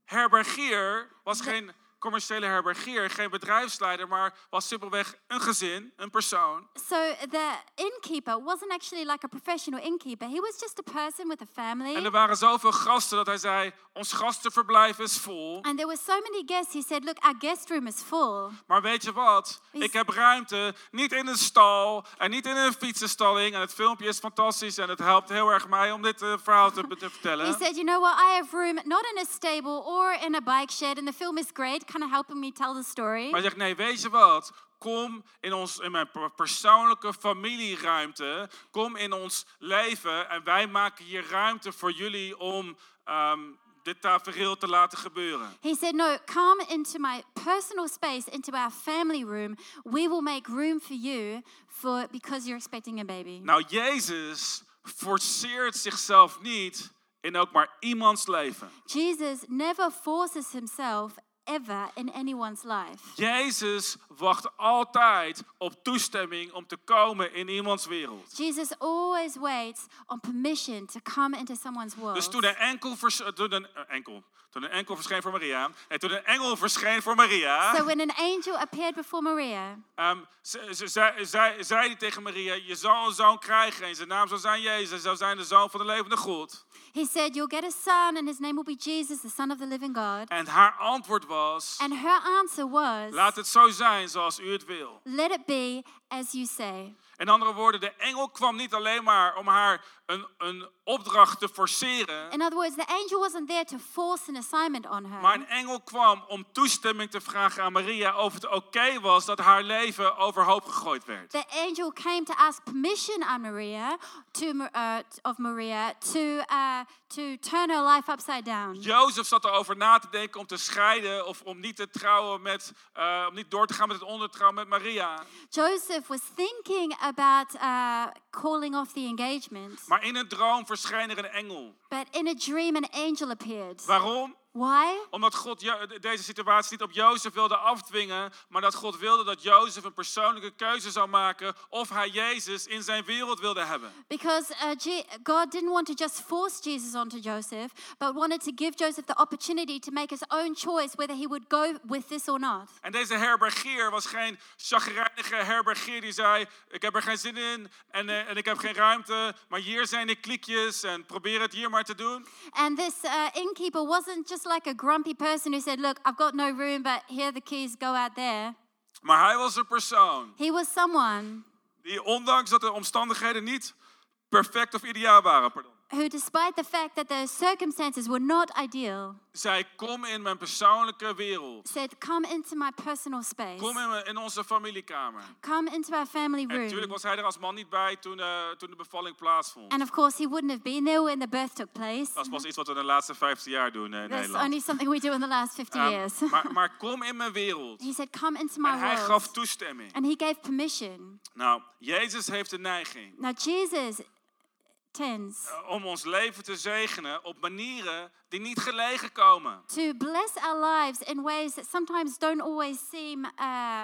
B: herbergier was geen commerciële herbergier, geen bedrijfsleider, maar was simpelweg een gezin, een persoon.
C: so the innkeeper wasn't actually like a professional innkeeper. He was just a person with a family.
B: En er waren zoveel gasten dat hij zei, ons gastenverblijf is vol.
C: And there were so many guests. He said, "Look, our guest room is full."
B: Maar weet je wat?
C: Is-
B: Ik heb ruimte, niet in een stal en niet in een fietsenstalling. En het filmpje is fantastisch en het helpt heel erg mij om dit eh, verhaal te, te
C: He
B: vertellen.
C: said, "You know what? I have room, not in a stable or in a bike shed, and the film is great, kind of helping me tell the story."
B: Maar hij zegt, nee, weet je wat? Kom in, ons, in mijn per- persoonlijke familieruimte. Kom in ons leven en wij maken hier ruimte voor jullie om ehm, dit tafereel te laten gebeuren.
C: He said, "No, come into my personal space, into our family room. We will make room for you for because you're expecting a baby."
B: Nou, Jezus forceert zichzelf niet in ook maar iemands leven.
C: Jesus never forces himself ever in anyone's life.
B: Jezus wacht altijd op toestemming om te komen in iemands wereld.
C: Jesus always waits on permission to come into someone's world.
B: Dus toen een enkel, vers, eh, toen een, eh, enkel, toen een enkel verscheen voor Maria, en toen een engel verscheen voor Maria,
C: So when an angel appeared before Maria,
B: ehm, ze, ze, zei- zei- zei hij tegen Maria, je zal een zoon krijgen en zijn naam zal zijn Jezus, hij zal zijn de zoon van de levende God.
C: He said, You'll get a son, and his name will be Jesus, the Son of the Living God.
B: En haar antwoord was,
C: And her answer was,
B: laat het zo zijn zoals u het wil.
C: Let it be as you say.
B: In andere woorden, de engel kwam niet alleen maar om haar een, een opdracht te forceren,
C: In other words, the angel wasn't there to force an assignment on her.
B: Maar een engel kwam om toestemming te vragen aan Maria of het oké was dat haar leven overhoop gegooid werd.
C: The angel came to ask permission on Maria, to, Ma- uh, of Maria, to, uh, to turn her life upside down.
B: Jozef zat erover na te denken om te scheiden of om niet te trouwen met, eh, om niet door te gaan met het ondertrouw met Maria.
C: Joseph was thinking about uh, calling off the engagement,
B: Maar in een droom verscheen er een engel.
C: but in a dream, an angel appeared.
B: Waarom?
C: Why?
B: Omdat God Jo- deze situatie niet op Jozef wilde afdwingen, maar dat God wilde dat Jozef een persoonlijke keuze zou maken of hij Jezus in zijn wereld wilde hebben.
C: Because uh, Je- God didn't want to just force Jesus onto Joseph, but wanted to give Joseph the opportunity to make his own choice whether he would go with this or not.
B: En deze herbergier was geen chagrijnige herbergier die zei, ik heb er geen zin in en, eh, en ik heb geen ruimte, maar hier zijn de klikjes en probeer het hier maar te doen.
C: And this uh, innkeeper wasn't just like a grumpy person who said, Look, I've got no room, but here are the keys, go out there.
B: Maar hij was een persoon
C: He was someone
B: die ondanks dat de omstandigheden niet perfect of ideaal waren, pardon,
C: who, despite the fact that the circumstances were not ideal,
B: zei kom in mijn persoonlijke wereld.
C: said, Come into my personal space,
B: Kom in, mijn- in onze familiekamer.
C: come into our family
B: En
C: room.
B: natuurlijk was hij er als man niet bij toen, eh, toen de bevalling plaatsvond.
C: And of course, he wouldn't have been there when the birth took place.
B: Dat is pas iets wat we de laatste 15 jaar doen eh, in
C: That's
B: Nederland.
C: only something we do in the last 50
B: Ehm,
C: years.
B: maar, maar kom in mijn wereld.
C: he said, Come into
B: En
C: my
B: hij
C: world.
B: gaf toestemming.
C: And he gave permission.
B: Nou, Jezus heeft de neiging
C: Now, Jesus tends
B: eh, om ons leven te zegenen op manieren die niet gelegen komen.
C: to bless our lives in ways that sometimes don't always seem uh,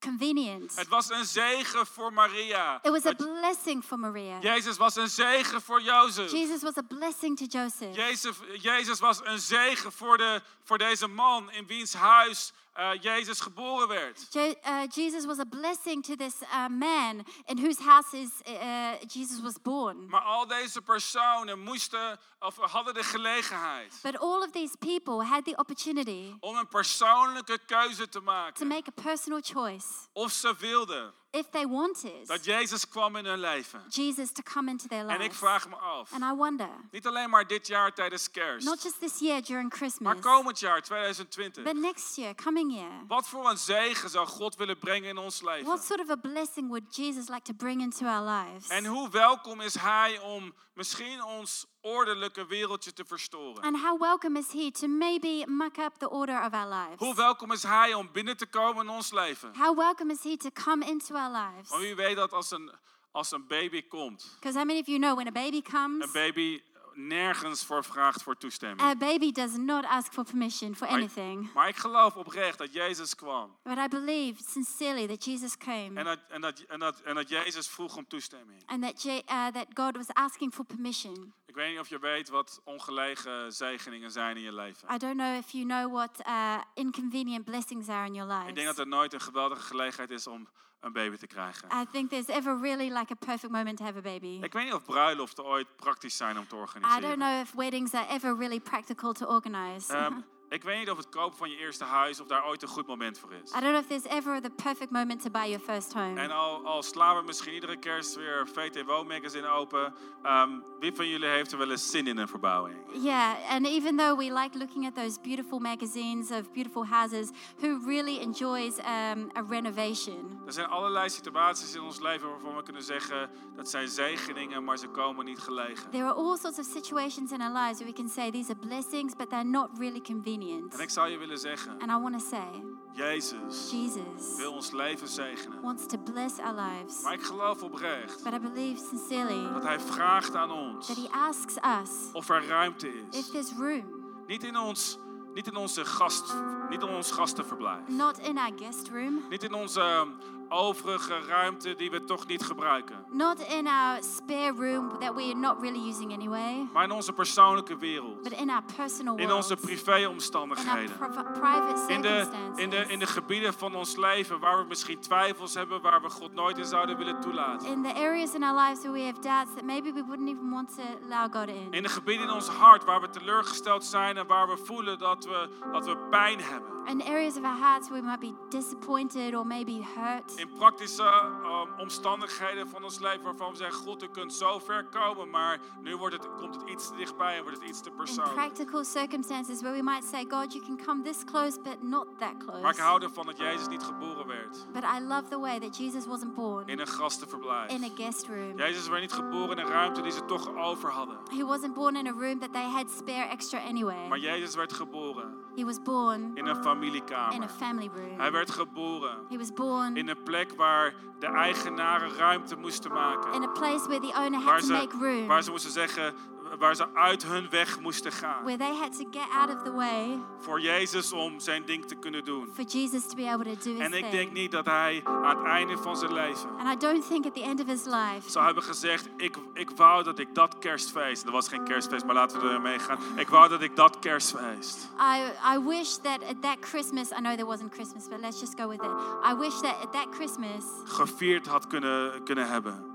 C: convenient.
B: Het was een zegen voor Maria.
C: It was a
B: Het-
C: blessing for Maria.
B: Jezus was een zegen voor Jozef.
C: Jesus was a blessing to Joseph.
B: Jezus, Jezus was een zegen voor, de, voor deze man in wiens huis eh, Jezus geboren werd.
C: Jo- uh, Jesus was a blessing to this uh, man in whose house is, uh, Jesus was born.
B: Maar al deze personen moesten of hadden de gelegenheid
C: But all of these people had the opportunity
B: om een persoonlijke keuze te
C: to
B: maken.
C: make a personal choice
B: Of ze wilden
C: if they wanted
B: dat Jezus kwam in hun leven.
C: Jesus to come into their
B: En ik
C: lives.
B: vraag me af,
C: And I wonder,
B: niet alleen maar dit jaar tijdens
C: not
B: kerst,
C: just this year during
B: maar
C: Christmas,
B: komend jaar
C: but
B: 2020.
C: next year, coming year.
B: Wat voor een zegen zou God willen brengen in ons leven?
C: What sort of a blessing would Jesus like to bring into our lives?
B: En hoe welkom is Hij om misschien ons ordelijke wereldje te verstoren?
C: And how welcome is He to maybe muck up the order of our lives?
B: Hoe welkom is Hij om binnen te komen in ons leven?
C: How welcome is He to come into our lives?
B: Want wie weet dat als een, als een baby komt,
C: Because how many of you know when a baby comes,
B: Een baby nergens voor vraagt voor toestemming.
C: a baby does not ask for permission for anything.
B: Maar ik geloof oprecht dat Jezus kwam.
C: But I believe sincerely that Jesus came
B: En dat, en dat, en dat, en dat Jezus vroeg om toestemming.
C: and that, Je- uh, that God was asking for permission.
B: Ik weet niet of je weet wat ongelegen zegeningen zijn in je leven.
C: I don't know if you know what uh, inconvenient blessings are in your
B: Ik
C: lives.
B: denk dat er nooit een geweldige gelegenheid is om een baby te krijgen.
C: I think there's ever really like a perfect moment to have a baby.
B: Ik weet niet of bruiloften ooit praktisch zijn om te
C: I don't
B: organiseren.
C: know if weddings are ever really practical to organize.
B: Ehm, ik weet niet of het kopen van je eerste huis, of daar ooit een goed moment voor is.
C: I don't know if there's ever the perfect moment to buy your first home.
B: En al, al slaan we misschien iedere kerst weer VT Woonmagazine open. ehm, wie van jullie heeft er wel eens zin in een verbouwing?
C: Yeah, and even though we like looking at those beautiful magazines of beautiful houses, who really enjoys um, a renovation?
B: Er zijn allerlei situaties in ons leven waarvan we kunnen zeggen dat zijn zegeningen, maar ze komen niet gelegen.
C: There are all sorts of situations in our lives where we can say these are blessings, but they're not really convenient.
B: En ik zou je willen zeggen,
C: And I want to say,
B: Jezus
C: Jesus
B: wil ons leven zegenen.
C: wants to bless our lives.
B: Maar ik geloof oprecht
C: But I believe sincerely
B: dat Hij vraagt aan
C: that
B: ons
C: He asks us
B: of er ruimte
C: if
B: is.
C: there's room,
B: Niet in ons, niet in onze gast, niet in ons gastenverblijf.
C: not in our guest room,
B: Niet in onze ehm, overige ruimte die we toch niet gebruiken.
C: not in our spare room that we're not really using anyway,
B: Maar in onze persoonlijke wereld.
C: but in our personal
B: In onze
C: worlds, in our
B: privéomstandigheden.
C: pri- private
B: In de,
C: circumstances,
B: in, de, in de gebieden van ons leven waar we misschien twijfels hebben, waar we God nooit in zouden willen toelaten.
C: in the areas in our lives where we have doubts that maybe we wouldn't even want to allow God in,
B: In de gebieden in ons hart waar we teleurgesteld zijn en waar we voelen dat we, dat we pijn hebben.
C: in areas of our hearts where we might be disappointed or maybe hurt,
B: In praktische ehm, omstandigheden van ons leven waarvan we zeggen, God, u kunt zo ver komen, maar nu wordt het, komt het iets te dichtbij en wordt het iets te
C: in
B: persoonlijk.
C: practical circumstances where we might say, God, you can come this close, but not that close.
B: Maar ik hou ervan dat Jezus niet geboren werd
C: But I love the way that Jesus wasn't born
B: in een gastenverblijf.
C: in a guest room.
B: Jezus werd niet geboren in een ruimte die ze toch over hadden.
C: He wasn't born in a room that they had spare extra anyway.
B: Maar Jezus werd geboren
C: He was born
B: in een
C: in a
B: familiekamer.
C: family room.
B: Hij werd geboren
C: He was born
B: in een plek waar de eigenaren ruimte moesten maken.
C: in a place where the owner
B: Waar
C: had to make
B: ze, waar
C: room.
B: ze moesten zeggen, waar ze uit hun weg moesten gaan.
C: where they had to get out of the way
B: Voor Jezus om zijn ding te kunnen doen.
C: for Jesus to be able to do his
B: En ik
C: thing.
B: denk niet dat hij aan het einde van zijn leven
C: And I don't think at the end of his life
B: zou hebben gezegd, ik, ik wou dat ik dat kerstfeest, dat was geen kerstfeest, maar laten we er mee gaan. Ik wou dat ik dat kerstfeest.
C: I, I wish that at that Christmas, I know there wasn't Christmas, but let's just go with it. I wish that at that Christmas
B: gevierd had kunnen, kunnen hebben.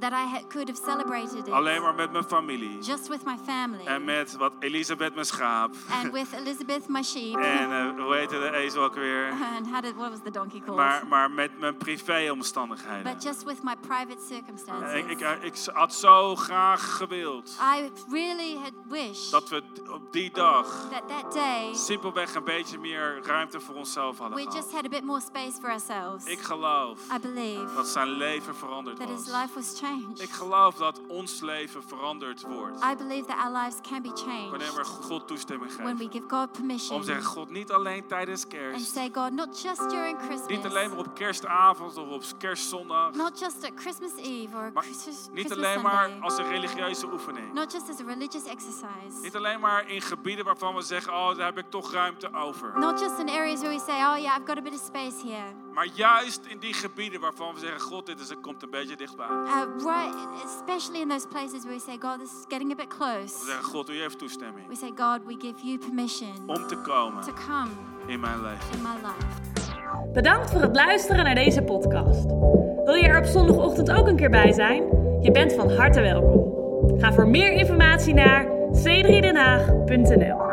C: that I ha- could have celebrated it
B: Alleen maar met mijn familie.
C: just with my family
B: En met wat Elisabeth, mijn schaap.
C: and with Elizabeth, my sheep,
B: En eh, hoe heette de ezel ook weer?
C: and how did, what was the donkey called?
B: Maar, maar met mijn
C: but
B: privéomstandigheden.
C: just with my private circumstances.
B: Ik, ik, ik had zo graag gewild
C: I really had wished
B: dat we d- op die dag
C: that that day
B: simpelweg een beetje meer ruimte voor onszelf hadden
C: we just
B: gehad.
C: had a bit more space for ourselves.
B: Ik geloof
C: I believe
B: dat zijn leven veranderd
C: that his
B: was.
C: life was changed.
B: Ik geloof dat ons leven veranderd wordt
C: I believe that our lives can be changed
B: wanneer we God toestemming
C: when we
B: geven.
C: give God permission
B: Om te zeggen, God, niet alleen tijdens
C: and
B: kerst.
C: say, God, not just during
B: Niet alleen
C: Christmas,
B: maar op kerstavond of op kerstzondag.
C: not just at Christmas Eve or
B: Maar
C: Christmas,
B: niet
C: Christmas
B: alleen maar
C: Sunday,
B: als een religieuze oefening.
C: not just as a religious exercise,
B: Niet alleen maar in gebieden waarvan we zeggen, oh, daar heb ik toch ruimte over.
C: not just in areas where we say, oh yeah, I've got a bit of space here.
B: Maar juist in die gebieden waarvan we zeggen, God, dit is, het komt een beetje dichtbij.
C: Uh, right, especially in those places where we say, God, this is getting a bit
B: We
C: close.
B: zeggen, God, doe je even
C: We
B: toestemming
C: say, God, we give you permission
B: om te
C: to
B: komen
C: come
B: in mijn leven.
C: in my life.
A: Bedankt voor het luisteren naar deze podcast. Wil je er op zondagochtend ook een keer bij zijn? Je bent van harte welkom. Ga voor meer informatie naar c3denhaag.nl